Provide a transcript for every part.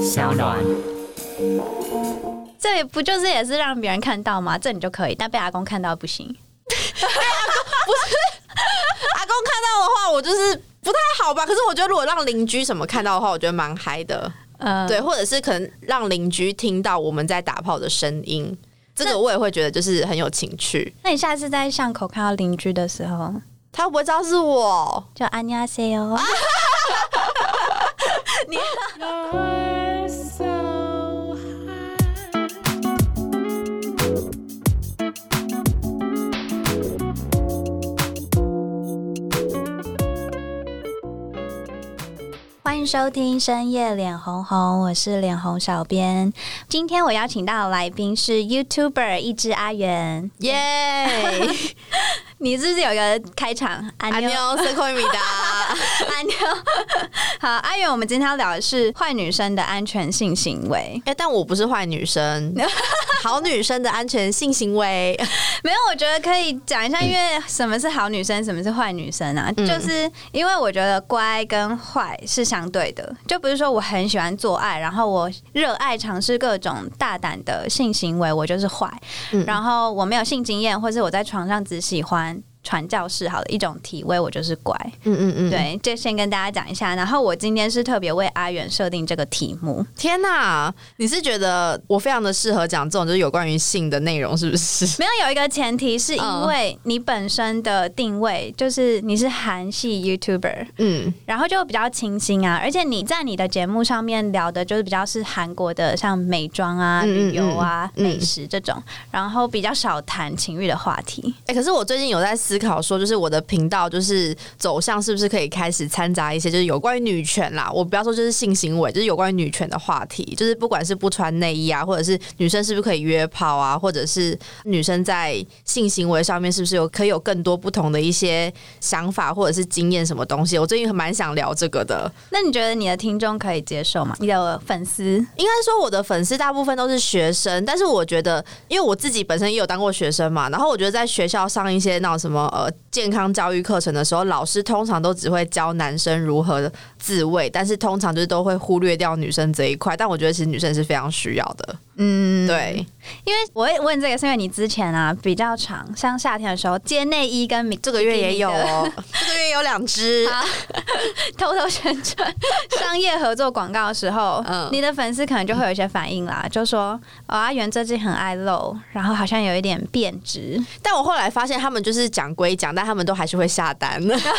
小暖。这不就是也是让别人看到吗？这你就可以，但被阿公看到不行。阿公看到的话，我就是不太好吧。可是我觉得，如果让邻居什么看到的话，我觉得蛮嗨的。呃，对，或者是可能让邻居听到我们在打炮的声音，这个我也会觉得就是很有情趣。那你下次在巷口看到邻居的时候，他会不会知道是我？就安妮亚 say 哦。欢迎收听深夜脸红红，我是脸红小编。今天我邀请到的来宾是 YouTuber 一只阿元， 耶！你是不是有一个开场？安阿妞妞，，社会米达，安妞，好，阿元，我们今天要聊的是坏女生的安全性行为。 哎，但我不是坏女 生，好女生的安全性行为。没有，我觉得可以讲一下，因为什么是好女生，什么是坏女生啊？嗯就是因为我觉得乖跟坏是相对的，就不是说我很喜欢做爱，然后我热爱尝试各种大胆的性行为，我就是坏；嗯然后我没有性经验，或是我在床上只喜欢传教士好的一种体位，我就是乖。嗯嗯嗯，，对，这先跟大家讲一下。然后我今天是特别为阿远设定这个题目，天哪！你是觉得我非常的适合讲这种就是有关于性的内容，是不是？没有有一个前提，是因嗯为你本身的定位就是你是韩系 YouTuber，嗯，然后就比较清新啊，而且你在你的节目上面聊的就是比较是韩国的，像美妆啊、嗯嗯旅游啊、嗯嗯美食这种，然后比较少谈情欲的话题。哎、可是我最近有在思考说，就是我的频道就是走向是不是可以开始掺杂一些就是有关于女权啦，我不要说就是性行为，就是有关于女权的话题，就是不管是不穿内衣啊，或者是女生是不是可以约炮啊，或者是女生在性行为上面是不是有可以有更多不同的一些想法或者是经验什么东西，我最近蛮想聊这个的。那你觉得你的听众可以接受吗？你的粉丝应该说我的粉丝大部分都是学生，但是我觉得，因为我自己本身也有当过学生嘛，然后我觉得在学校上一些那种什么呃健康教育课程的时候，老师通常都只会教男生如何自慰，但是通常就是都会忽略掉女生这一块。但我觉得其实女生是非常需要的，嗯，对，因为我会问这个，是因为你之前啊比较长，像夏天的时候接内衣跟米，这这个月也有哦， 这个月有两只，好偷偷宣 传商业合作广告的时候，嗯你的粉丝可能就会有一些反应啦，就说哦阿元最近很爱露，然后好像有一点变质，但我后来发现他们就是讲归讲，但他们都还是会下单。那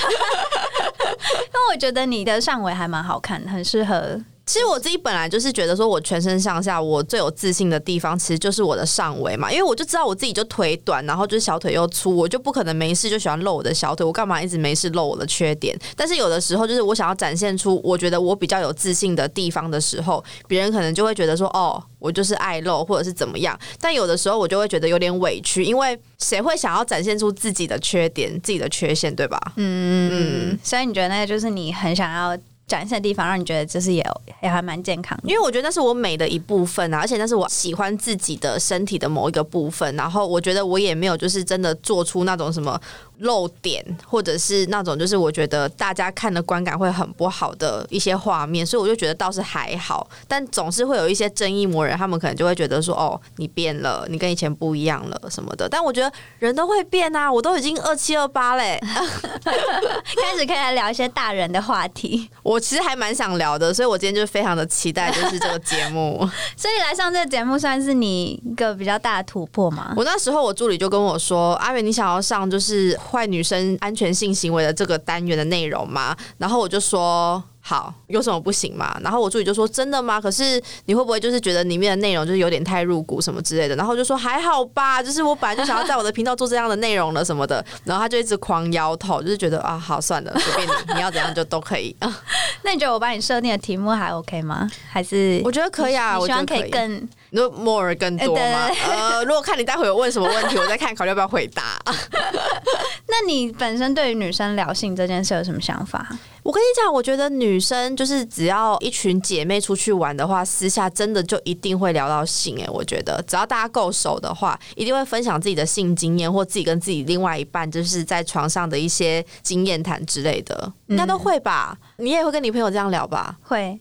我觉得你的上围还蛮好看，很适合。其实我自己本来就是觉得说，我全身上下我最有自信的地方，其实就是我的上围嘛，因为我就知道我自己就腿短，然后就是小腿又粗，我就不可能没事就喜欢露我的小腿，我干嘛一直没事露我的缺点？但是有的时候就是我想要展现出我觉得我比较有自信的地方的时候，别人可能就会觉得说，哦，我就是爱露或者是怎么样。但有的时候我就会觉得有点委屈，因为谁会想要展现出自己的缺点、自己的缺陷，对吧？嗯，所以你觉得那个就是你很想要展现的地方，让你觉得就是也也还蛮健康的。因为我觉得那是我美的一部分啊，而且那是我喜欢自己的身体的某一个部分。然后我觉得我也没有就是真的做出那种什么漏点，或者是那种就是我觉得大家看的观感会很不好的一些画面，所以我就觉得倒是还好。但总是会有一些正义魔人，他们可能就会觉得说：“哦，你变了，你跟以前不一样了什么的。”但我觉得人都会变啊，我都已经二七二八嘞，开始可以来聊一些大人的话题，我其实还蛮想聊的，所以我今天就非常的期待就是这个节目。所以来上这个节目算是你一个比较大的突破嘛？我那时候我助理就跟我说：“阿元，你想要上就是坏女生安全性行为的这个单元的内容吗？”然后我就说。好，有什么不行吗？然后我助理就说：“真的吗？可是你会不会就是觉得里面的内容就是有点太入骨什么之类的？”然后我就说：“还好吧，就是我本来就想要在我的频道做这样的内容了什么的。” 然后他就一直狂摇头，就是觉得啊，好算了，随便你，你要怎样就都可以。那你觉得我帮你设定的题目还 OK 吗？还是 我觉得可以 啊，你我希觉得望可可以更你说 more 更多吗哎？呃，如果看你待会有问什么问题，我再看考虑要不要回答。那你本身对于女生聊性这件事有什么想法？我跟你讲，我觉得女女生就是只要一群姐妹出去玩的话，私下真的就一定会聊到性哎、我觉得只要大家够熟的话，一定会分享自己的性经验，或自己跟自己另外一半就是在床上的一些经验谈之类的，应该都会吧？你也会跟你朋友这样聊 吧？会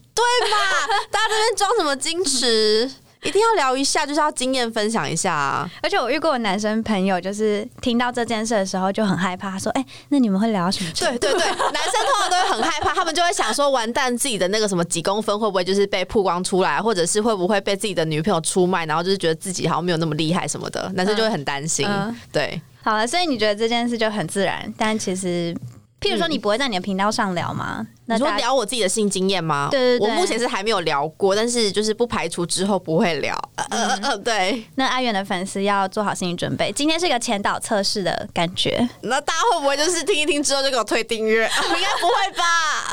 大家这边装什么矜持？ 一定要聊一下，就是要经验分享一下啊！而且我遇过的男生朋友，就是听到这件事的时候就很害怕，说：“哎、那你们会聊到什么程度？”对 对对，男生通常都会很害怕，他们就会想说，完蛋，自己的那个什么几公分会不会就是被曝光出来，或者是会不会被自己的女朋友出卖，然后就是觉得自己好像没有那么厉害什么的，男生就会很担心。嗯对，好了，所以你觉得这件事就很自然，但其实，譬如说，你不会在你的频道上聊吗？嗯那你说大家聊我自己的性经验吗？对对对我目前是还没有聊过，但是就是不排除之后不会聊。呃嗯呃呃，对，那阿远的粉丝要做好心理准备，今天是一个前导测试的感 觉。那大家会不会就是听一听之后就给我退 订阅？应该不会吧？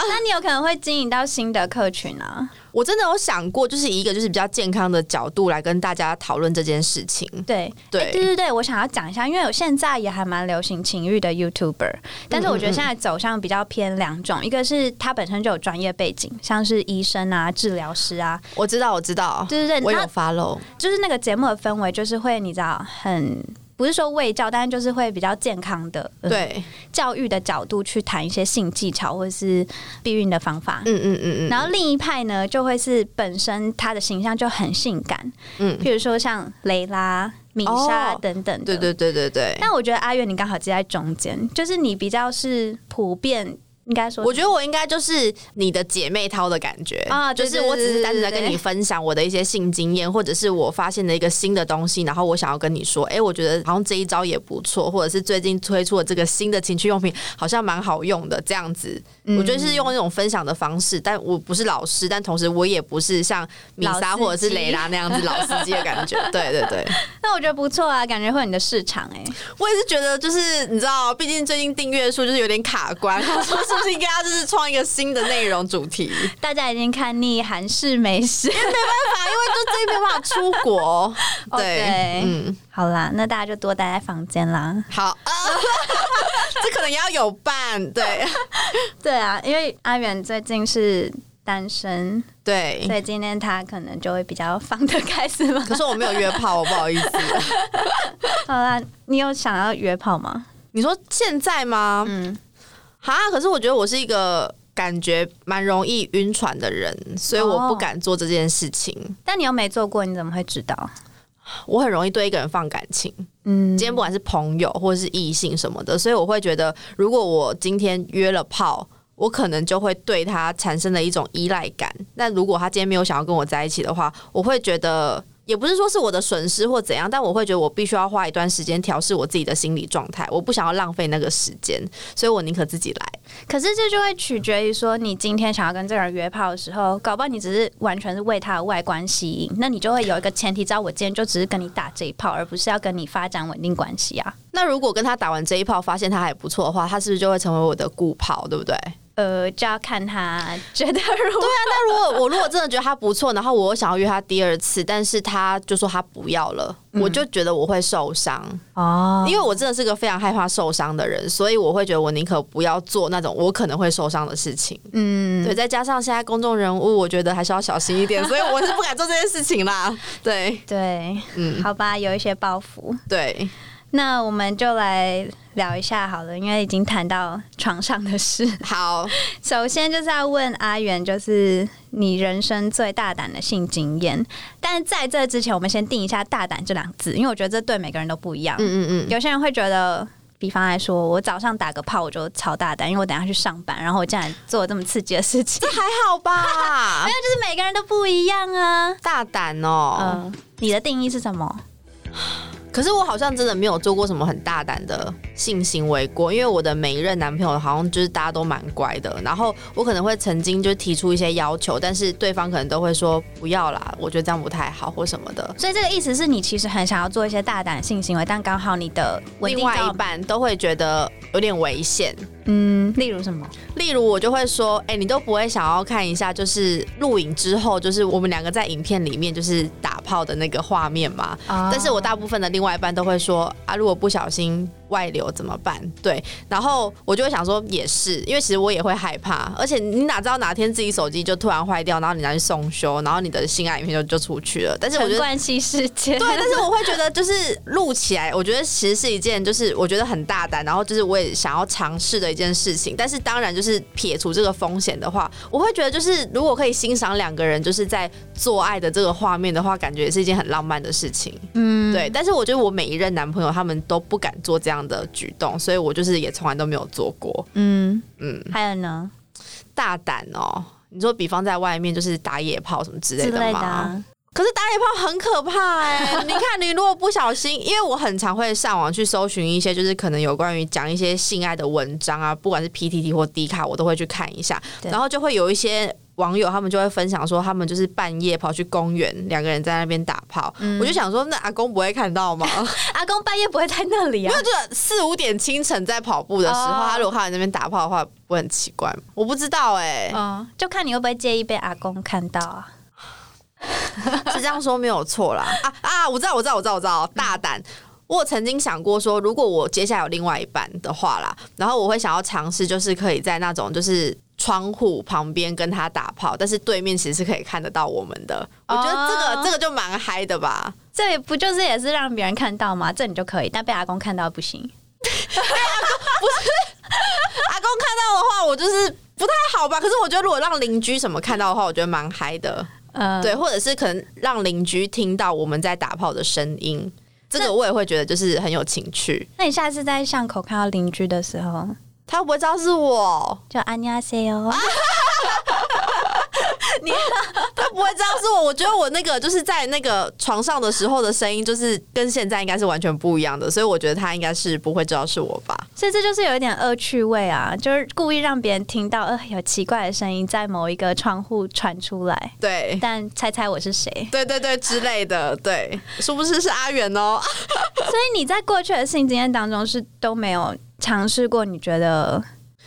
那你有可能会经营到新的客群啊？我真的有想过，就是以一个就是比较健康的角度来跟大家讨论这件事情。对，对哎对对对，我想要讲一下，因为我现在也还蛮流行情欲的 YouTuber，但是我觉嗯得现在走向比较偏两种，一个是他本身就有专业背景，像是医生啊、治疗师啊，我知道，我知道，对对我对，有那 follow。就是那个节目的氛围，就是会你知道很。不是说卫教，但是就是会比较健康的、嗯对，教育的角度去谈一些性技巧或者是避孕的方法。嗯嗯嗯嗯，然后另一派呢，就会是本身他的形象就很性感，嗯嗯，譬如说像蕾拉、米莎哦等等的对对对对对。但我觉得阿月你刚好接在中间，就是你比较是普遍，应该说我觉得我应该就是你的姐妹淘的感觉啊就对是对我只是单纯在对对跟你分享我的一些性经验，或者是我发现的一个新的东西，然后我想要跟你说，哎、我觉得好像这一招也不错，或者是最近推出的这个新的情趣用品好像蛮好用的，这样子，嗯我觉得是用那种分享的方式，但我不是老师，但同时我也不是像米莎老司机或者是蕾拉那样子老司机的感觉，对对对。那我觉得不错啊，感觉会有你的市场哎、我也是觉得，就是你知道，毕竟最近订阅数就是有点卡 关，我说是不是应该要就是创一个新的内容主题？没大家已经看腻韩式美食，办法，因为就最近没有办法出国。哦 对对，嗯，好啦，那大家就多待在房间啦。好， 啊这可能也要有伴， 对对啊，因为阿远最近是单身，对。所以今天他可能就会比较放得开，是吗？可是我没有约炮，我不好意思。 好啦，你有想要约炮吗？你说现在吗？嗯，哈，可是我觉得我是一个感觉蛮容易晕船的人，所以我不哦敢做这件事情。但你又没做过，你怎么会知道？我很容易对一个人放感情。嗯今天不管是朋友或是异性什么的，所以我会觉得，如果我今天约了炮，我可能就会对他产生了一种依赖感。那如果他今天没有想要跟我在一起的话，我会觉得。也不是说是我的损失或怎样，但我会觉得我必须要花一段时间调试我自己的心理状态，我不想要浪费那个时间，所以我宁可自己来。可是这就会取决于说，你今天想要跟这个人约炮的时候，搞不好你只是完全是为他的外观吸引，那你就会有一个前提，知道我今天就只是跟你打这一炮，而不是要跟你发展稳定关系啊。那如果跟他打完这一炮，发现他还不错的话，他是不是就会成为我的固炮，对不对？呃，就要看他觉得 如果那如果我如果真的觉得他不错，然后我想要约他第二次，但是他就说他不要了，嗯我就觉得我会受伤，哦因为我真的是个非常害怕受伤的人，所以我会觉得我宁可不要做那种我可能会受伤的事情。嗯，对，再加上现在公众人物，我觉得还是要小心一点，所以我是不敢做这件事情 啦。对，对，嗯，好吧，有一些包袱。对，那我们就来聊一下好了，因为已经谈到床上的事。好，首先就是要问阿元，就是你人生最大胆的性经验。但在这之前，我们先定一下“大胆”这两个字，因为我觉得这对每个人都不一样。嗯嗯嗯，有些人会觉得，比方来说，我早上打个炮我就超大胆，因为我等一下去上班，然后我竟然做了这么刺激的事情。还好 吧，就是每个人都不一样啊。大胆哦、嗯，你的定义是什么？可是我好像真的没有做过什么很大胆的性行为过，因为我的每一任男朋友好像就是大家都蛮乖的，然后我可能会曾经就提出一些要求，但是对方可能都会说不要啦，我觉得这样不太好或什么的。所以这个意思是你其实很想要做一些大胆的性行为，但刚好你的稳另定外交一半都会觉得有点危险，嗯，例如什么？例如我就会说，哎、你都不会想要看一下，就是录影之后，就是我们两个在影片里面就是打泡的那个画面嘛。啊但是我大部分的另外一半都会说啊，如果不小心外流怎么办？对，然后我就会想说也是，因为其实我也会害怕，而且你哪知道哪天自己手机就突然坏掉，然后你拿去送修，然后你的性爱影片就就出去了。但是我觉陈得。冠希事件，对，但是我会觉得就是录起来，我觉得其实是一件就是我觉得很大胆，然后就是我也想要尝试的一件事情。但是当然就是撇除这个风险的话，我会觉得就是如果可以欣赏两个人就是在做爱的这个画面的话，感觉也是一件很浪漫的事情。嗯，对，但是我觉得我每一任男朋友他们都不敢做这样的举动，所以我就是也从来都没有做过。嗯嗯，还有呢大胆哦。你说，比方在外面就是打野炮什么之类之的类的吗？啊，可是打野炮很可怕哎、 你看，你如果不小心，因为我很常会上网去搜寻一些，就是可能有关于讲一些性爱的文章啊，不管是 PTT 或 D 卡，我都会去看一下。对然后就会有一些网友，他们就会分享说，他们就是半夜跑去公园，两个人在那边打炮。嗯我就想说，那阿公不会看到吗？阿公半夜不会在那里啊因为，这四五点清晨在跑步的时候，哦他如果看到你那边打炮的话，不会很奇怪吗？我不知道哎、哦，就看你会不会介意被阿公看到啊？是这样说没有错啦。 嗯啊啊，我知道，我知道，我知道，我知道，大胆。我曾经想过说，如果我接下来有另外一半的话啦，然后我会想要尝试，就是可以在那种就是窗户旁边跟他打炮，但是对面其实是可以看得到我们的。我觉得这个、哦这个就蛮嗨的吧。这也不就是也是让别人看到吗？这你就可以，但被阿公看到不行。阿公看到的话，我就是不太好吧。可是我觉得，如果让邻居什么看到的话，我觉得蛮嗨的。呃，对，或者是可能让邻居听到我们在打炮的声音，这个我也会觉得就是很有情趣。那你下次在巷口看到邻居的时候，他会不会知道是我？就安妮阿 C 哦，他不会知道是我。我觉得我那个就是在那个床上的时候的声音，就是跟现在应该是完全不一样的，所以我觉得他应该是不会知道是我吧。所以这就是有一点恶趣味啊，就是故意让别人听到呃有奇怪的声音在某一个窗户传出来，对，但猜猜我是谁？ 对对对之类的，对，殊不知是阿远哦。所以你在过去的性经验当中是都没有尝试过，你觉得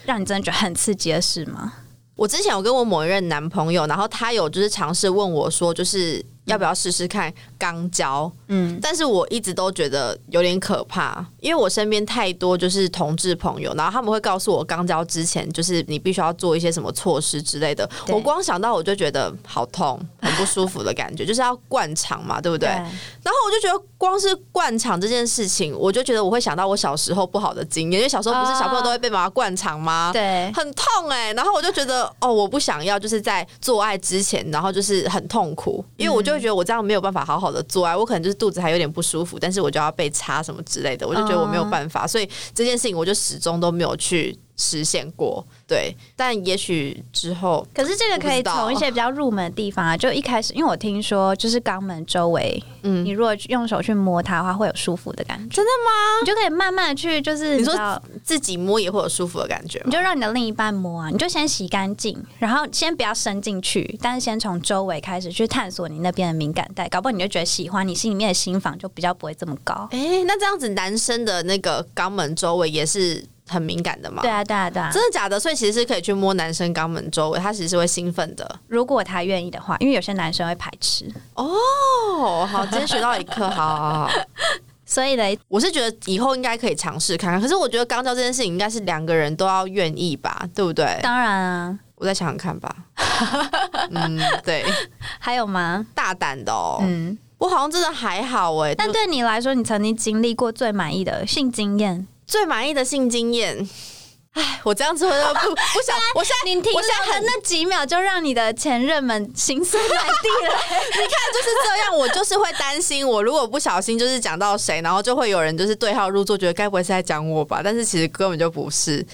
让你真的觉得很刺激的事吗？ 我之前有跟我某一任男朋友，然后他有就是尝试问我说，就是要不要试试看肛交。嗯，但是我一直都觉得有点可怕，因为我身边太多就是同志朋友，然后他们会告诉我，肛交之前就是你必须要做一些什么措施之类的。对我光想到我就觉得好痛，很不舒服的感觉，就是要灌肠嘛，对不对？然后我就觉得光是灌肠这件事情，我就觉得我会想到我小时候不好的经验，因为小时候不是小朋友都会被妈妈灌肠吗？对，很痛哎、然后我就觉得哦，我不想要，就是在做爱之前，然后就是很痛苦，因为我就会觉得我这样没有办法好好的做爱，我可能就是肚子还有点不舒服，但是我就要被插什么之类的，我就觉得我没有办嗯法，所以这件事情我就始终都没有去实现过。对，但也许之后可是这个可以从一些比较入门的地方啊， 就一开始，因为我听说就是肛门周围，嗯你如果用手去摸它的话，会有舒服的感觉。真的吗？你就可以慢慢地去，就是你说哦知道自己摸也会有舒服的感觉你吗？就让你的另一半摸啊，你就先洗干净，然后先不要伸进去，但是先从周围开始去探索你那边的敏感带，搞不好你就觉得喜欢，你心里面的心房就比较不会这么高。哎、那这样子男生的那个肛门周围也是很敏感的吗？对啊，对啊，对啊！真的假的？所以其实是可以去摸男生肛门周围，他其实是会兴奋的。如果他愿意的话，因为有些男生会排斥，哦，好，今天学到一课，好好好。 所以嘞，我是觉得以后应该可以尝试看看，可是我觉得肛交这件事情应该是两个人都要愿意吧，对不对？当然啊，我再想想看 吧。嗯，对，还有吗？大胆的哦，嗯，我好像真的还好哎、但对你来说，你曾经经历过最满意的性经验，最满意的性经验，哎，我这样子我就 不不想，我现在你停我现在留的很那几秒就让你的前任们心碎满地了。 就是这样，我就是会担心，我如果不小心就是讲到谁，然后就会有人就是对号入座，觉得该不会是在讲我吧？但是其实根本就不是。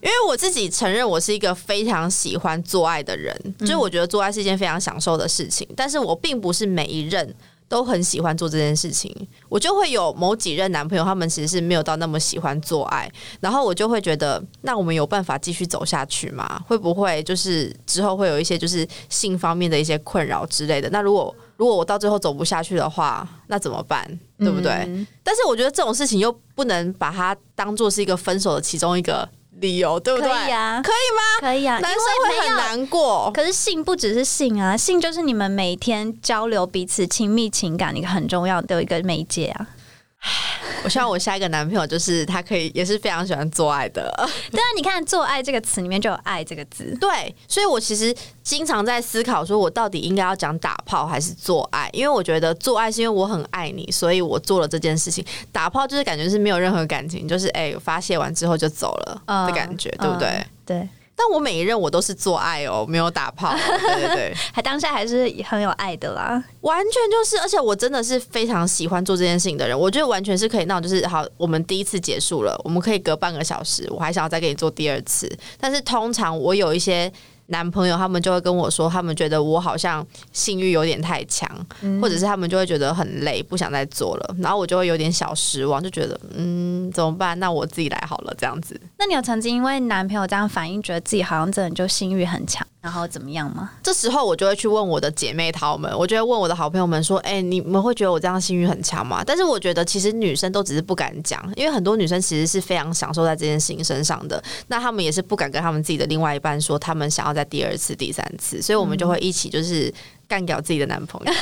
因为我自己承认，我是一个非常喜欢做爱的人，就是我觉得做爱是一件非常享受的事情，但是我并不是每一任都很喜欢做这件事情。我就会有某几任男朋友，他们其实是没有到那么喜欢做爱，然后我就会觉得，那我们有办法继续走下去吗？会不会就是之后会有一些就是性方面的一些困扰之类的？那如果如果我到最后走不下去的话，那怎么办？嗯对不对？但是我觉得这种事情又不能把它当做是一个分手的其中一个理由，对不对？可以啊可以吗？可以啊，男生因为没会有很难过。可是性不只是性啊，性就是你们每天交流彼此亲密情感一个很重要的一个媒介啊。 我希望我下一个男朋友就是他可以也是非常喜欢做爱的。但是你看“做爱”这个词里面就有“爱”这个字， 对，所以我其实经常在思考，说我到底应该要讲打炮还是做爱？因为我觉得做爱是因为我很爱你，所以我做了这件事情。打炮就是感觉是没有任何感情，就是哎、发泄完之后就走了的感觉，对不对？嗯对，但我每一任我都是做爱哦，没有打炮哦、对对对，还当下还是很有爱的啦。完全就是，而且我真的是非常喜欢做这件事情的人。我觉得完全是可以那种，就是好，我们第一次结束了，我们可以隔半个小时，我还想要再给你做第二次。但是通常我有一些男朋友，他们就会跟我说，他们觉得我好像性欲有点太强，或者是他们就会觉得很累，不想再做了。然后我就会有点小失望，就觉得嗯，怎么办？那我自己来好了，这样子。那你有曾经因为男朋友这样反应，觉得自己好像真的就性欲很强，然后怎么样吗？这时候我就会去问我的姐妹淘们，我就会问我的好朋友们说：“哎、你们会觉得我这样性欲很强吗？”但是我觉得其实女生都只是不敢讲，因为很多女生其实是非常享受在这件事情身上的，那她们也是不敢跟她们自己的另外一半说她们想要在第二次、第三次，所以我们就会一起就是干掉自己的男朋友。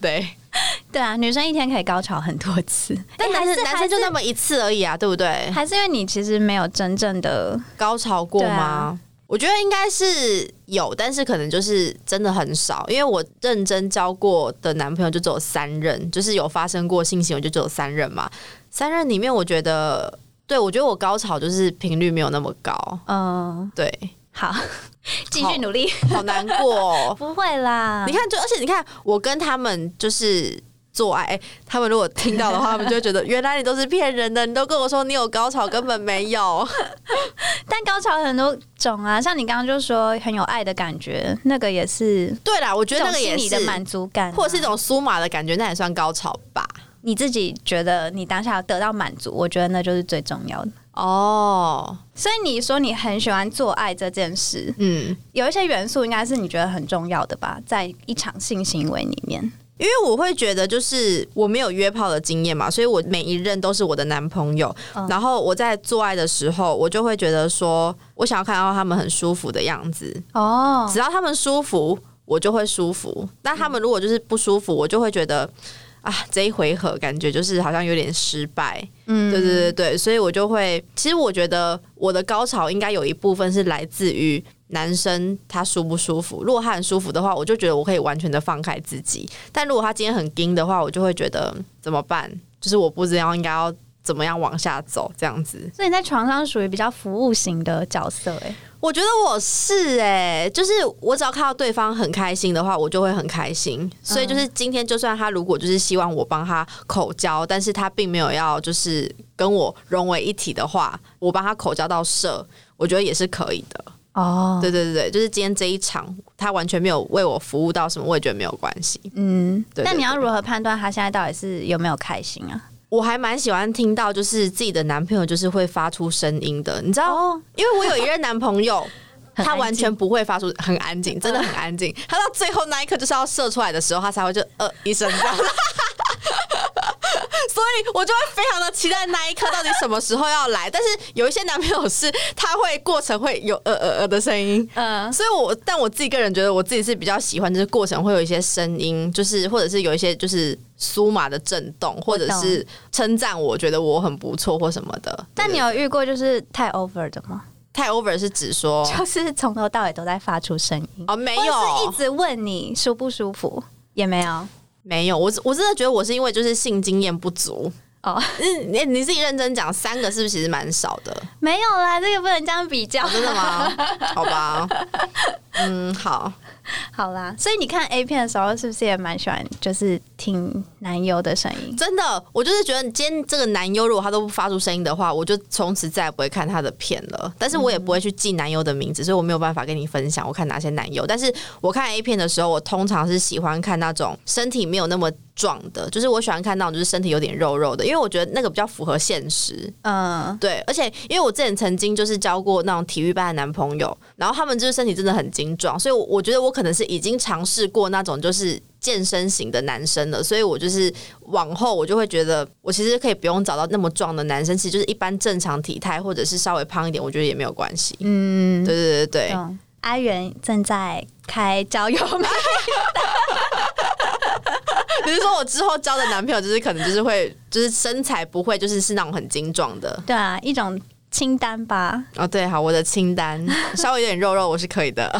对， 对啊，女生一天可以高潮很多 次，但诶男生、哎还是男生就那还么一次而已啊，对不对是？还是因为你其实没有真正的高潮过对吗？啊我觉得应该是有，但是可能就是真的很少，因为我认真交过的男朋友就只有三任，就是有发生过性行为就只有三任嘛。三任里面，我觉得，对我觉得我高潮就是频率没有那么高，嗯、 对，好，继续努力，。好难过、哦 不会啦你。看，就而且你看，我跟他们就是做爱，哎他们如果听到的话，他们就会觉得原来你都是骗人的，你都跟我说你有高潮，根本没有。但高潮很多种啊，像你刚刚就说很有爱的感觉，那个也是 对啦，我觉这得那种个心也理是的满足感啊、或者是一种酥麻的感觉，那也算高潮吧？你自己觉得你当下得到满足，我觉得那就是最重要的。哦，所以你说你很喜欢做爱这件事，嗯，有一些元素应该是你觉得很重要的吧，在一场性行为里面。因为我会觉得就是我没有约炮的经验嘛，所以我每一任都是我的男朋友。嗯然后我在做爱的时候，我就会觉得说，我想要看到他们很舒服的样子，哦，只要他们舒服，我就会舒服。那他们如果就是不舒服，我就会觉得。啊，这一回合感觉就是好像有点失败，嗯对对对对，所以我就会，其实我觉得我的高潮应该有一部分是来自于男生他舒不舒服。如果他很舒服的话，我就觉得我可以完全的放开自己；但如果他今天很硬的话，我就会觉得怎么办？就是我不知道应该要怎么样往下走，这样子。所以你在床上属于比较服务型的角色、欸，我觉得我是哎、就是我只要看到对方很开心的话，我就会很开心。所以就是今天，就算他如果就是希望我帮他口交，但是他并没有要就是跟我融为一体的话，我帮他口交到射，我觉得也是可以的。哦，对对对对，就是今天这一场，他完全没有为我服务到什么，我也觉得没有关系。嗯，对对那你要如何判断他现在到底是有没有开心啊？我还蛮喜欢听到就是自己的男朋友就是会发出声音的，你知道，哦，因为我有一任男 朋友。很他安完静嗯全不会发出很安静，真的很安静。他到最后那一刻就是要射出来的时候，他才会就呃一声这 样。所以我就会非常的期待那一刻到底什么时候要来。但是有一些男朋友是他会过程会有呃呃呃的声音，嗯，所以我但我自己个人觉得我自己是比较喜欢，就是过程会有一些声音，就是或者是有一些就是酥麻的震动，或者是称赞我觉得我很不错或什么的。但你对有遇过就是太 over 的吗？太 over 是指说就是从头到尾都在发出声音，哦没或有，是一直问你舒不舒服，也没有没有，我我真的觉得我是因为就是性经验不足。哦，嗯，你你自己认真讲，三个是不是其实蛮少的？没有啦，这个不能这样比较。真的 吗？好吧，嗯，好，好啦，所以你看 A 片的时候，是不是也蛮喜欢就是听男优的声音？真的，我就是觉得今天这个男优如果他都不发出声音的话，我就从此再也不会看他的片了。但是我也不会去记男优的名字，所以我没有办法跟你分享我看哪些男优。但是我看 A 片的时候，我通常是喜欢看那种身体没有那么壮的，就是我喜欢看那种就是身体有点肉肉的，因为我觉得那个比较符合现实。嗯，对，而且因为我之前曾经就是交过那种体育班的男朋友，然后他们就是身体真的很精壮，所以我我觉得我我可能是已经尝试过那种就是健身型的男生了，所以我就是往后我就会觉得，我其实可以不用找到那么壮的男生，其实就是一般正常体态或者是稍微胖一点，我觉得也没有关系。嗯，对对对对，懂。阿元正在开交 友吗？比如说我之后交的男朋友，就是可能就是会，就是身材不会，就是是那种很精壮的。对啊，一种清单吧。哦，对，好，我的清 单稍微有点肉肉，我是可以的。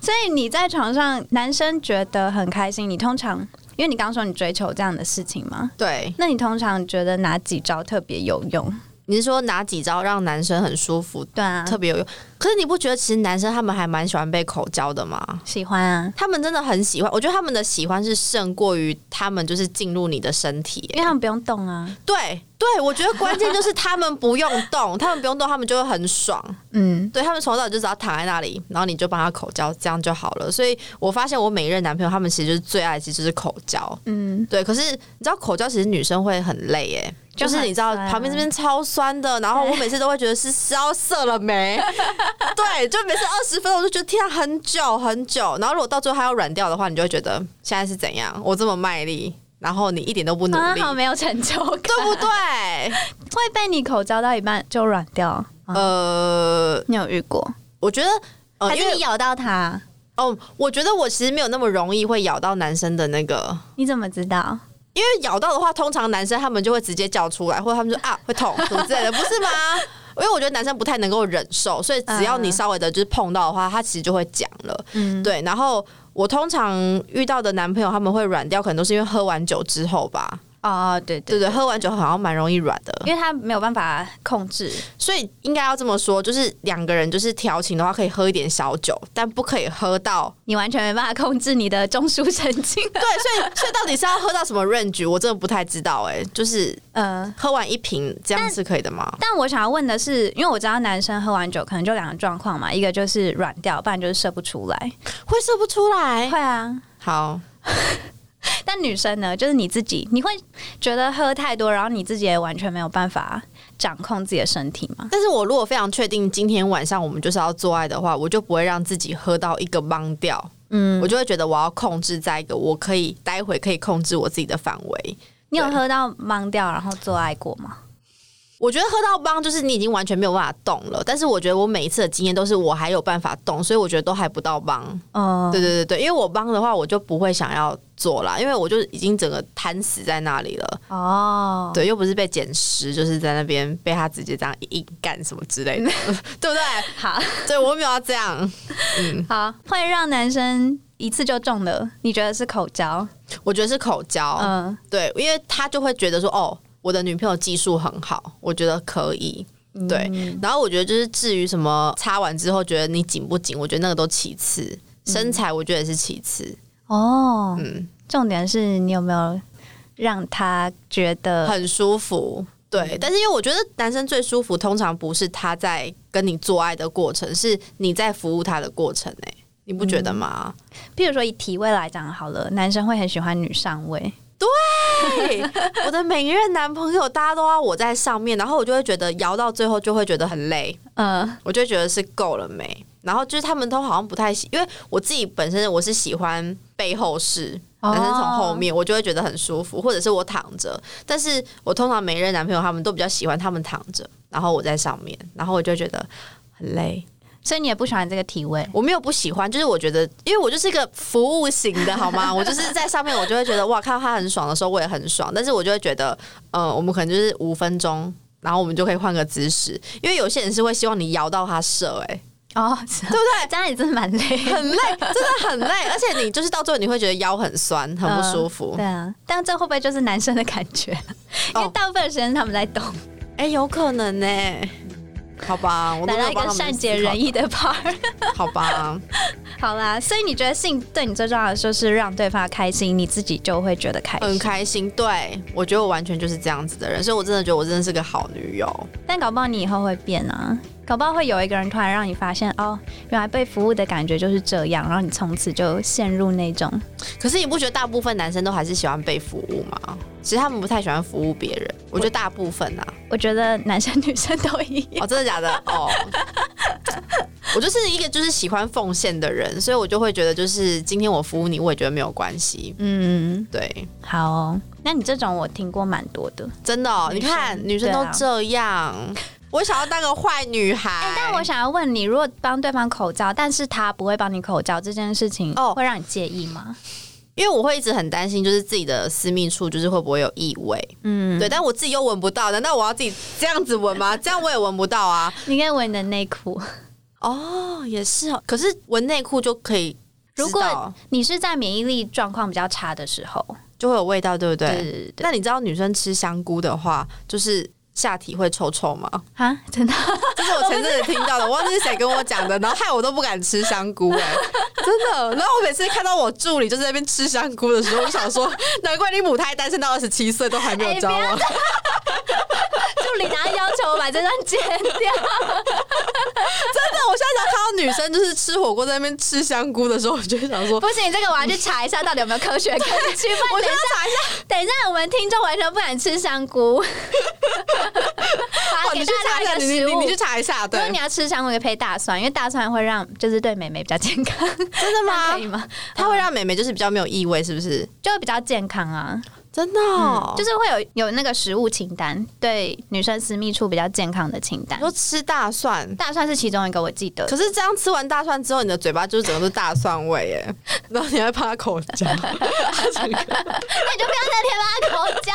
所以你在床上，男生觉得很开心，你通常因为你刚说你追求这样的事情嘛，对，那你通常觉得哪几招特别有用？你是说哪几招让男生很舒服，对啊，特别有用？可是你不觉得其实男生他们还蛮喜欢被口交的吗？喜欢啊，他们真的很喜欢，我觉得他们的喜欢是胜过于他们就是进入你的身体耶、因为他们不用动啊。对对，我觉得关键就是他们不用动，他们不用动，他们就会很爽。嗯，对他们从头到尾就只要躺在那里，然后你就帮他口交，这样就好了。所以我发现我每一任男朋友，他们其实就是最爱，其实就是口交。嗯，对，可是你知道口交其实女生会很累耶，就就很是你知道酸啊旁边这边超酸的，然后我每次都会觉得是 是要射了没？ 对，就每次二十分钟我就觉得天、啊、很久很久，然后如果到最后还要软掉的话，你就会觉得现在是怎样？我这么卖力，然后你一点都不努啊，力，好没有成就感， 对不对？会被你口交到一半就软掉。 嗯呃，你有遇过？我觉得。呃，还因为是你咬到他？哦，我觉得我其实没有那么容易会咬到男生的那个，你怎么知道？因为咬到的话，通常男生他们就会直接叫出来，或者他们 说啊会痛什么之类的，不是吗？因为我觉得男生不太能够忍受，所以只要你嗯稍微的就是碰到的话，他其实就会讲了。嗯，对，然后我通常遇到的男朋友他们会软掉，可能都是因为喝完酒之后吧。哦，对对嗯对对，喝完酒好像蛮容易软的。因为他没有办法控制，所以应该要这么说，就是两个人就是调情的话，可以喝一点小酒，但不可以喝 到你完全没办法控制你的中枢神经。对，所以所以到底是要喝到什么 range，我真的不太知道哎、就是 嗯，喝完一瓶这样是可以的吗？但我想要问的是，因为我知道男生喝完酒可能就两个状况嘛，一个就是软掉，不然就是射不出来。会射不出来。会啊，好，但女生呢，就是你自己，你会觉得喝太多，然后你自己也完全没有办法掌控自己的身体吗？但是我如果非常确定今天晚上我们就是要做爱的话，我就不会让自己喝到一个懵掉，嗯，我就会觉得我要控制在一个我可以待会可以控制我自己的范围。你有喝到懵掉然后做爱过吗？我觉得喝到帮就是你已经完全没有办法动了，但是我觉得我每一次的经验都是我还有办法动，所以我觉得都还不到帮。哦、对对对对，因为我帮的话，我就不会想要做啦，因为我就已经整个瘫死在那里了。哦，对，又不是被捡尸，就是在那边被他直接这样硬干什么之类的， 对不对？嗯好对我没有要这样，好，会让男生一次就中的，你觉得是口交？我觉得是口交，嗯对，因为他就会觉得说，哦，我的女朋友技术很好，我觉得可以。嗯对，然后我觉得就是至于什么擦完之后觉得你紧不紧，我觉得那个都其次，嗯身材我觉得也是其次，哦，嗯，重点是你有没有让他觉得很舒服。嗯对，但是因为我觉得男生最舒服，通常不是他在跟你做爱的过程，是你在服务他的过程、欸，你不觉得嗯吗？譬如说以体味来讲好了，男生会很喜欢女上位，对， 我的每一任男朋友，大家都要我在上面，然后我就会觉得摇到最后就会觉得很累，嗯我就会觉得是够了没。然后就是他们都好像不太喜，因为我自己本身我是喜欢背后式，哦男生从后面我就会觉得很舒服，或者是我躺着。但是我通常每一任男朋友他们都比较喜欢他们躺着，然后我在上面，然后我就觉得很累。所以你也不喜欢这个体味。我没有不喜欢，就是我觉得，因为我就是一个服务型的，好吗？我就是在上面，我就会觉得哇，看到他很爽的时候，我也很爽。但是我就会觉得，嗯，我们可能就是五分钟，然后我们就可以换个姿势，因为有些人是会希望你摇到他射、 欸，哦，对不对？这样也真的蛮累，哎，很累，真的很累，而且你就是到最后你会觉得腰很酸， 很不舒服 对。啊，但这会不会就是男生的感觉？因为哦大部分的时间他们在动，哎、有可能呢、好吧，我都来到没有一帮个他们善思解考人意的 part。 好吧，好啦，所以你觉得性对你最重要的就是让对方开心，你自己就会觉得开心。很嗯开心。对我觉得我完全就是这样子的人，所以我真的觉得我真的是个好女友。但搞不好你以后会变啊，搞不好会有一个人突然让你发现，哦，原来被服务的感觉就是这样，然后你从此就陷入那种可是你不觉得大部分男生都还是喜欢被服务吗？其实他们不太喜欢服务别人，我觉 得大部分啊，我觉得男生女生都一样。哦，真的假的？哦， 我就是一个就是喜欢奉献的人，所以我就会觉得，就是今天我服务你，我也觉得没有关 系。嗯，对，好哦、那你这种我听过蛮多的，真的哦、女你生看女生对都啊这样。我想要当个坏女孩，哎、但我想要问你，如果帮对方口罩，但是他不会帮你口罩这件事情，哦会让你介意吗？因为我会一直很担心，就是自己的私密处就是会不会有异味，嗯，对，但我自己又闻不到，难道我要自己这样子闻吗？这样我也闻不到啊。你可以闻你的内裤。哦，也是哦，可是闻内裤就可以知道，如果你是在免疫力状况比较差的时候，就会有味道，对不对？对对对对，那你知道女生吃香菇的话，就是下体会臭臭 吗？啊，真的，这是我前阵子听到的，我忘记是谁跟我讲的，然后害我都不敢吃香菇哎、 真的。然后我每次看到我助理就在那边吃香菇的时候，我就想说，难怪你母胎单身到二十七岁都还没哎有交往。助理拿要求我把这段剪掉。那 我现在只要看到女生就是吃火锅在那边吃香菇的时候，我就会想 说，不行，这个我要去查一下到底有没有科学根据。不我然等一就要下，查一下， 等一下，我们听众完全不敢吃香 菇。好，哦给你大去查家一一个下，你你食你物你。去查一下，如对果你，要吃香菇，也可以配大蒜，因为大蒜会让就是对美眉比较健康，真的 这样吗可以？吗？它会让美眉就是比较没有异味，是不是？就会比较健康啊，真的、哦就是会有有那个食物清单，对女生私密处比较健康的清单你。说吃大蒜，大蒜是其中一个，我记得。 可是这样吃完大蒜之后，你的嘴巴就是整个都是大蒜味耶， 然后你还怕它口 交，它整个那你就不要再贴吧口 交，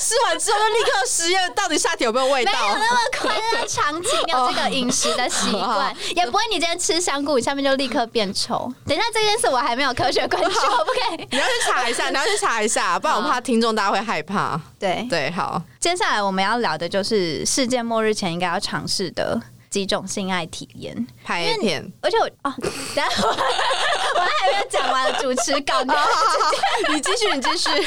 吃完之后就立刻失业，到底下体有没有味没有道？那么快乐长期有这个饮食的习惯好， 也不会你今天吃香菇，你下面就立刻变丑。等一下这件事我还没有科学根 据，我不可以。你要去查 一下，你要去查一下，不然我怕听众大家会害怕。对，对，好，接下来我们要聊的就是世界末日前应该要尝试的几种性爱体验。拍一片， 而且我哦，等一下我 我还没有讲完主持稿 呢，你继续，你继 续。因为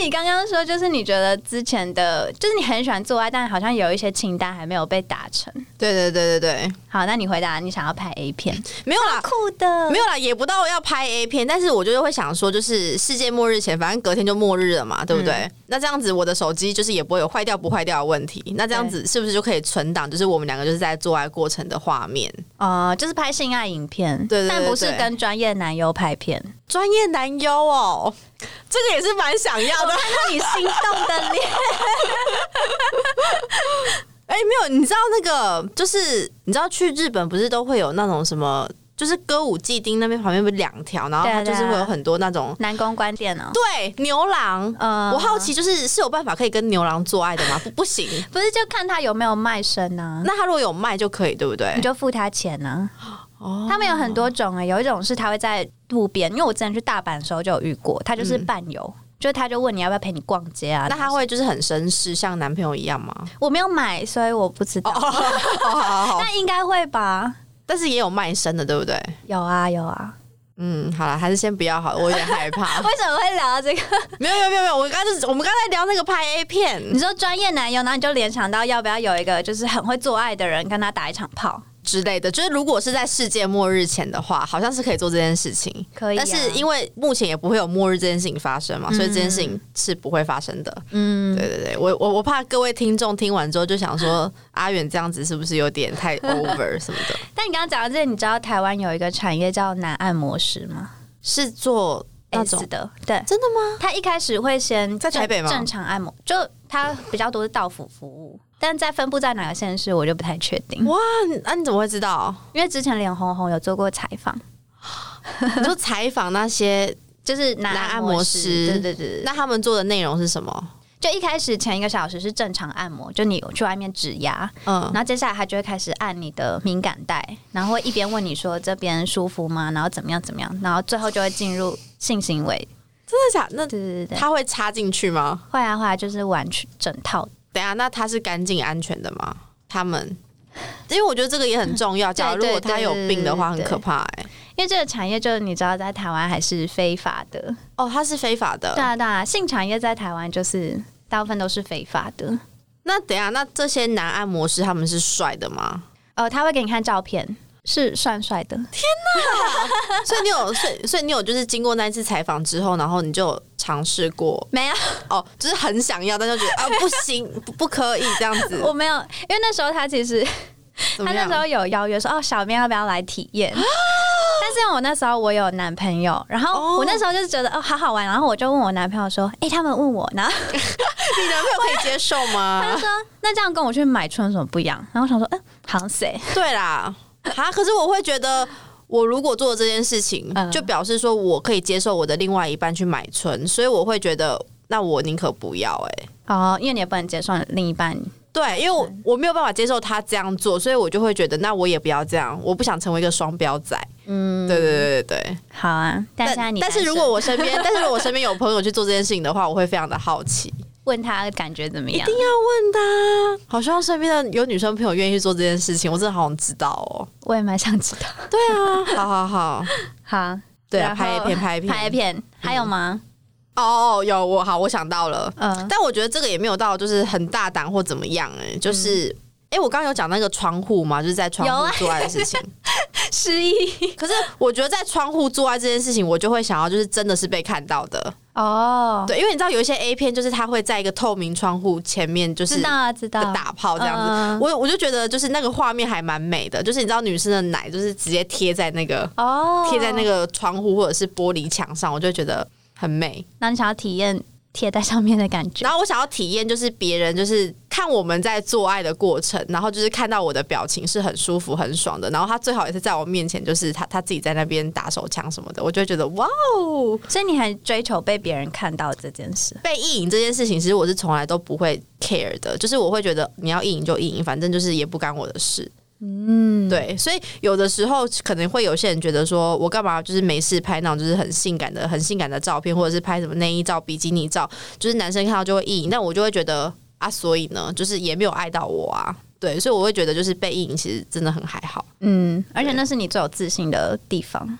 你刚刚说就是你觉得之前的，就是你很喜欢做爱，但好像有一些清单还没有被达成。对对对对对，好，那你回答你想要拍 A 片，没有啦。酷的没有啦，也不到要拍 A 片，但是我就是会想说，就是世界末日前，反正隔天就末日了嘛，对不对？那这样子，我的手机就是也不会有坏掉不坏掉的问题。那这样子是不是就可以存档，就是我们两个就是在做爱过程的画面？哦、就是拍性爱影片，对对对但不是对跟专业男优拍片。 专业男优哦，这个也是蛮想要的。看到你心动的 脸， 哎、没有，你知道那个就是你知道去日本不是都会有那种什么，就是歌舞伎町那边旁边不是两条，然后对啊它就是对啊会有很多那种南宫观点哦，对啊牛郎。嗯我好，奇，就是是有办法可以跟牛郎做爱的吗？不，不行。呃不是就看他有没有卖身呢、那他如果有卖就可以，对不对你？就付他钱啊呢、哦他们有很多种哎、有一种是他会在路边，因为我之前去大阪的时候就有遇过，他就是伴游，就是他就问你要不要陪你逛街啊。那他会就是很绅士，像男朋友一样 吗？我没有买，所以我不知道，哦，好好好，但应该会吧？但是也有卖身的，对不对？有啊有啊，嗯，好了，还是先不要好了，我有点害 怕。为什么会聊到这个？没有没有没有没有，我刚才我们刚才聊那个拍 A 片， 你说专业男友，然后你就联想到要不要有一个就是很会做爱的人跟他打一场炮，之类的，就是如果是在世界末日前的话，好像是可以做这件事情。可以、啊。但是因为目前也不会有末日这件事情发生嘛，所以这件事情是不会发生的。嗯，对对对，我我我怕各位听众听完之后就想说，阿远这样子是不是有点太 over 什么的？但你刚刚讲到这，你知道台湾有一个产业叫男按摩师吗是做那种？S 的，对，真的吗？他一开始会先在台北正吗正常按摩，就他比较多是到府服务，但在分布在哪个县市我就不太确定，哇，那、你怎么会知道？因为之前脸红红有做过采访，你说采访那些，就是男男按按摩摩师，师对对对对，那他们做的内容是什么？就一开始前一个小时是正常按摩，就你去外面指压，嗯然，后接下来他就会开始按你的敏感带，然后会一边问你说这边舒服吗？然后怎么样怎么样，然后最后就会进入性行为。真的假那对对对对，他会插进去吗？会啊会啊，就是完全整套。等一下，那他是干净安全的吗？他们，因为我觉得这个也很重要。假如如果他有病的话，对对对很可怕哎、因为这个产业就是你知道，在台湾还是非法的。哦，他是非法的。对啊对啊，性产业在台湾就是大部分都是非法的。那等一下，那这些男按摩师他们是帅的吗？呃，他会给你看照片，是算帅的。所以你有，所以所以你有，就是经过那一次采访之后，然后你就有尝试过没有，哦，就 是很想要，但就觉得啊不行，不不可以这样子。我没有，因为那时候他其实怎他么那样时候有邀约说，哦，小编要不要来体 验？但是我那时候我有男朋友，然后哦我那时候就是觉得哦好好玩，然后我就问我男朋友说，哎、他们问我，然后你男朋友可以接受他就吗？ 说，那这样跟我去买春有什么不一样？然后我想说，嗯，好像谁？对啦，啊，可是我会觉得。我如果做了这件事情，嗯就表示说我可以接受我的另外一半去买春，所以我会觉得，那我宁可不要、欸。哦，因为你也不能接受另一半，对，因为我嗯我没有办法接受他这样做，所以我就会觉得，那我也不要这样，我不想成为一个双标仔。嗯，对对对对对。好啊。但现在你但单是身如果我身边， 但是如果我身边有朋友去做这件事情的话，我会非常的好奇，问他感觉怎么样，好像身边的有女生朋友愿意去做这件事情，我真的好想知道哦。我也蛮想知道。对啊，好好好，好，对啊，然后拍一片，拍一片，拍片，还有吗？哦哦，有我好，我想到了，嗯，但我觉得这个也没有到就是很大胆或怎么样、哎，就是。嗯哎、我刚刚有讲那个窗户嘛，就是在窗有啊户做爱的事情。失忆 可是我觉得在窗户做爱这件事情，我就会想要就是真的是被看到的，哦，对，因为你知道有一些 A 片就是它会在一个透明窗户前面就是知道啊，知道个打炮这样子，嗯我我就觉得就是那个画面还蛮美的，就是你知道女生的奶就是直接贴在那个哦，贴在那，个窗户或者是玻璃墙上，我就觉得很美。那你想要体验贴在上面的感觉然，后我想要体验就是别人就是看我们在做爱的过程，然后就是看到我的表情是很舒服很爽的，然后他最好也是在我面前，就是他他自己在那边打手枪什么的，我就会觉得哇哦。所以你还追求被别人看到这件事。被意淫这件事情，其实我是从来都不会 care 的，就是我会觉得你要意淫就意淫，反正就是也不干我的事。嗯，对，所以有的时候可能会有些人觉得说，我干嘛就是没事拍那种就是很性感的、很性感的照片，或者是拍什么内衣照、比基尼照，就是男生看到就会意淫，但我就会觉得啊，所以呢，就是也没有爱到我啊，对，所以我会觉得就是被意淫其实真的很还好。嗯，而且那是你最有自信的地方。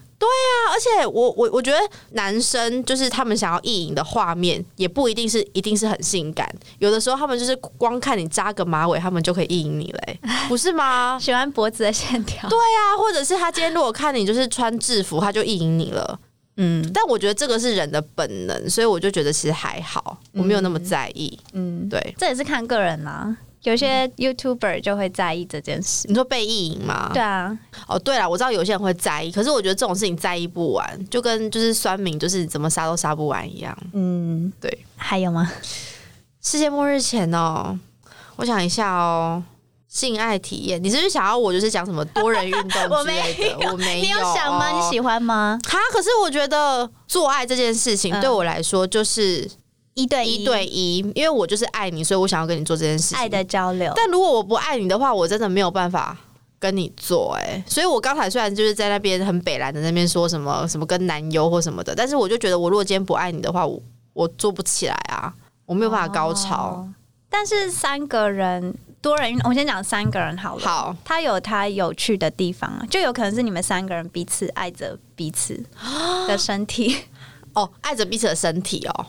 而且我我我觉得男生就是他们想要意淫的画面，也不一定是一定是很性感，有的时候他们就是光看你扎个马尾，他们就可以意淫你嘞、不是吗？喜欢脖子的线条，对啊，或者是他今天如果看你就是穿制服，他就意淫你了。嗯但我觉得这个是人的本能，所以我就觉得其实还好，我没有那么在意。嗯，对，这也是看个人啦。有些 YouTuber 就会在意这件事。你说被意淫吗？对啊，哦，对了，我知道有些人会在意，可是我觉得这种事情在意不完，就跟就是酸民就是怎么杀都杀不完一样。嗯，对。还有吗？世界末日前哦，我想一下哦，性爱体验，你是不是想要我就是讲什么多人运动 我之没类的？我没你有想吗？你喜欢吗？哈，可是我觉得做爱这件事情嗯对我来说就是一对一对一，因为我就是爱你，所以我想要跟你做这件事情。爱的交流，但如果我不爱你的话，我真的没有办法跟你做、哎，所以我刚才虽然就是在那边很北蓝的那边说什么什么跟男优或什么的，但是我就觉得我如果今天不爱你的话，我我做不起来啊，我没有办法高潮。哦但是三个人多人运，我先讲三个人好了。，好，它有它有趣的地方啊，就有可能是你们三个人彼此爱着彼此的身体。哦，爱着彼此的身体哦，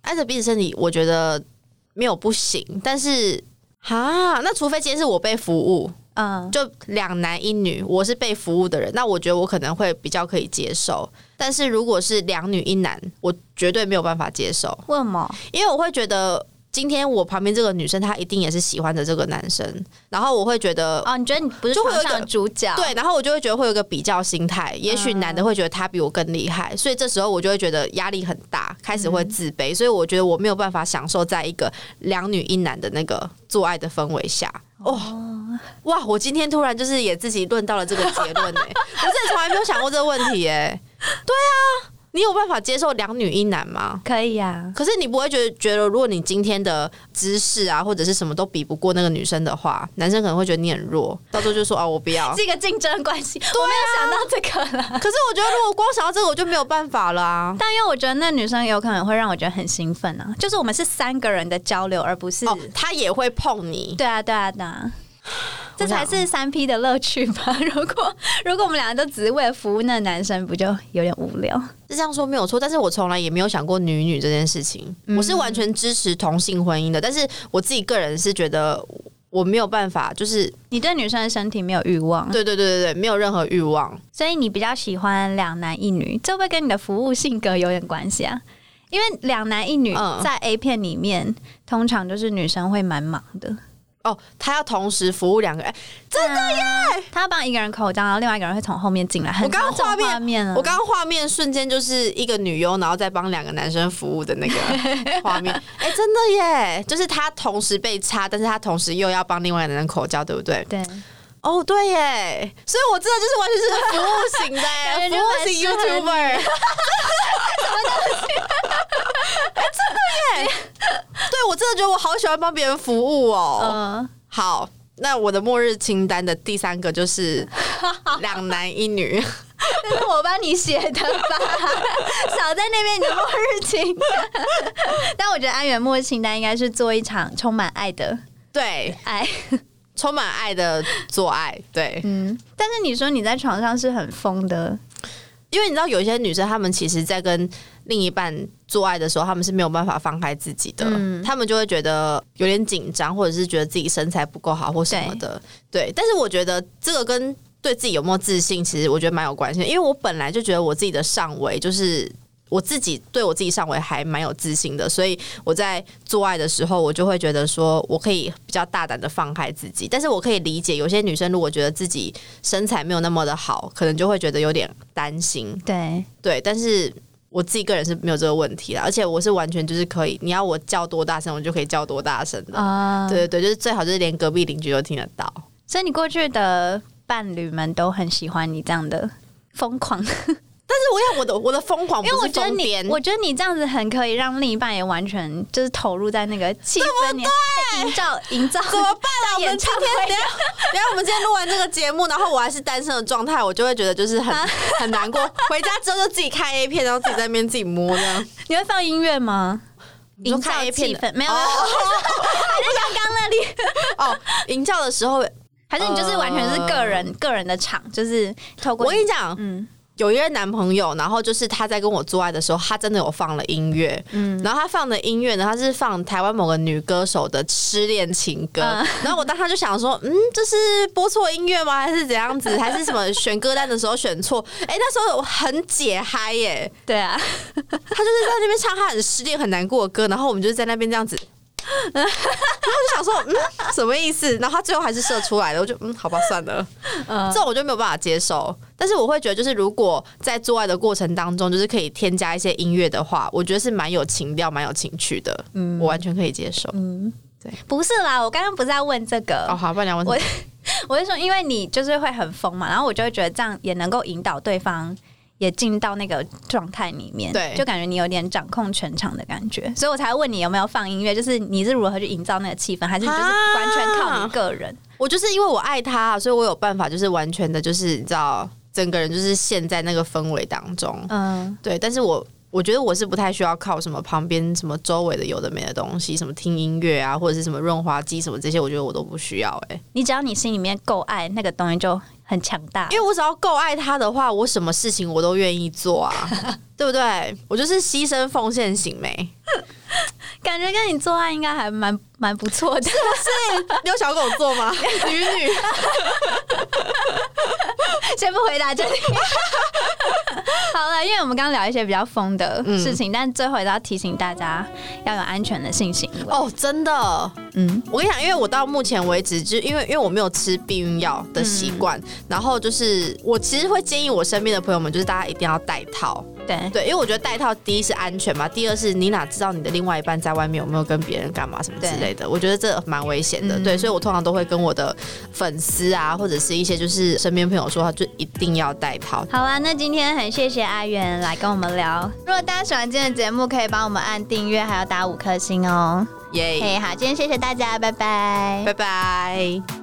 爱着彼此身体，我觉得没有不行，但是哈，那除非今天是我被服务， 嗯，就两男一女，我是被服务的人，那我觉得我可能会比较可以接受。但是如果是两女一男，我绝对没有办法接受，问嘛？因为我会觉得今天我旁边这个女生她一定也是喜欢着这个男生，然后我会觉得哦，你觉得你不是就会有床一个上的主角？对，然后我就会觉得会有一个比较心态，也许男的会觉得他比我更厉害，所以这时候我就会觉得压力很大，开始会自卑，所以我觉得我没有办法享受在一个两女一男的那个做爱的氛围下。哦，哇！我今天突然就是也自己论到了这个结论呢、 我真的从来没有想过这个问题哎、对啊，你有办法接受两女一男吗？可以啊。可是你不会觉得觉得，如果你今天的姿势啊，或者是什么都比不过那个女生的话，男生可能会觉得你很弱，到时候就说啊，我不要。是一个竞争关系，我没有想到这个了。可是我觉得，如果光想到这个，我就没有办法了啊。 但因为我觉得那女生有可能会让我觉得很兴奋啊，就是我们是三个人的交流，而不是、哦，他也会碰你，对啊对啊对啊，这我想才是三 P 的乐趣吧。 如果如果我们两个都只是为了服务那个男生，不就有点无聊？是这样说没有错。但是我从来也没有想过女女这件事情，我是完全支持同性婚姻的。但是我自己个人是觉得我没有办法，就是你对女生的身体没有欲望，对对对对对，没有任何欲望。所以你比较喜欢两男一女，这会不会跟你的服务性格有点关系啊？因为两男一女嗯在 A 片里面，通常就是女生会蛮忙的，哦，他要同时服务两个人。哎真的耶！他帮一个人口罩，然后另外一个人会从后面进来，我很刚常刚这种画面，画面啊。我刚刚画面瞬间就是一个女优，然后再帮两个男生服务的那 个画面。哎、真的耶！就是他同时被插，但是他同时又要帮另外一个男人口交，对不对？对，哦，对耶！所以我真的就是完全是服务型的 耶，感觉就服务型蛮适合你 YouTuber。对，我真的觉得我好喜欢帮别人服务哦。嗯，好，那我的末日清单的第三个就是 两男一女。这是我帮你写的 吧？少在那边你的末日情。 但我觉得安远末日清单应该是做一场充满爱的对，爱。充满爱的做爱，对，嗯，但是你说你在床上是很疯的，因为你知道有一些女生，她们其实，在跟另一半做爱的时候，她们是没有办法放开自己的，嗯她们就会觉得有点紧张，或者是觉得自己身材不够好或什么的，对。但是我觉得这个跟对自己有没有自信，其实我觉得蛮有关系的，因为我本来就觉得我自己的上围就是。我自己对我自己上围还蛮有自信的，所以我在做爱的时候，我就会觉得说我可以比较大胆的放开自己。但是我可以理解有些女生如果觉得自己身材没有那么的好，可能就会觉得有点担心，对，对，但是我自己个人是没有这个问题啦，而且我是完全就是可以，你要我叫多大声，我就可以叫多大声的。啊、对对对，就是最好就是连隔壁邻居都听得到。所以你过去的伴侣们都很喜欢你这样的疯狂，但是我想我的我的疯哦狂不因为我是觉得疯你，癫，我觉得你这样子很可以让另一半也完全就是投入在那个气氛里，营造营造怎么办啊？我演们唱今会天等一下等一下我们今天录完这个节目，然后我还是单身的状态，我就会觉得就是很很难过。回家之后就自己看 A 片，然后自己在那边自己摸这样。你会放音乐吗？你说营造看 A 气片氛的没有，没有还哦在刚刚那里，哦，营教的时候，还是你就是完全是个人个人的场，就是透哦我过跟你讲，嗯有一任男朋友，然后就是他在跟我做爱的时候，他真的有放了音乐，嗯然后他放的音乐呢，他是放台湾某个女歌手的失恋情歌，嗯然后我当时就想说，嗯，这是播错音乐吗？还是怎样 子？还是什么选歌单的时候选错？哎、那时候我很解嗨耶，对啊，他就是在那边唱他很失恋很难过的歌，然后我们就是在那边这 样子。然后我就想说，嗯，什么意思？然后他最后还是射出来了，我就嗯，好吧，算了。嗯这种我就没有办法接受。但是我会觉得，就是如果在做爱的过程当中，就是可以添加一些音乐的话，我觉得是蛮有情调、蛮有情趣的。嗯，我完全可以接受。嗯，对，不是啦，我刚刚不是在问这个哦，好，不然你要问什我么我是说，因为你就是会很疯嘛，然后我就会觉得这样也能够引导对方也进到那个状态里面，对就感觉你有点掌控全场的感觉，所以我才问你有没有放音乐，就是你是如何去营造那个气氛，还是你就是啊完全靠你个人？ 我就是因为我爱他，啊所以我有办法，就是完全的，就是你知道，整个人就是陷在那个氛围当中。嗯，对，但是我。我觉得我是不太需要靠什么旁边什么周围的有的没的东西，什么听音乐啊，或者是什么润滑剂什么这些，我觉得我都不需要、欸。你只要你心里面够爱那个东西，就很强大。因为我只要够爱他的话，我什么事情我都愿意做啊， 对不对？我就是牺牲奉献型没。感觉跟你做爱应该还蛮蛮不错 的，你有想要跟我做 吗？女女，先不回答 这里。好了，因为我们刚刚聊一些比较疯的嗯事情，但最后也要提醒大家要有安全的性行为。哦，真的，嗯，我跟你讲，因为我到目前为止，就因为因为我没有吃避孕药的习惯，然后就是我其实会建议我身边的朋友们，就是大家一定要戴套，对，对，因为我觉得戴套第一是安全嘛，第二是你哪知道你的另外一半在外面有没有跟别人干嘛什么之类的，我觉得这蛮危险的。嗯对，所以我通常都会跟我的粉丝啊，或者是一些就是身边朋友说，就一定要戴套。好啊，那今天很谢谢阿元来跟我们聊。如果大家喜欢今天的节目，可以帮我们按订阅，还要打五颗星哦。耶、嘿，好，今天谢谢大家，拜拜拜拜。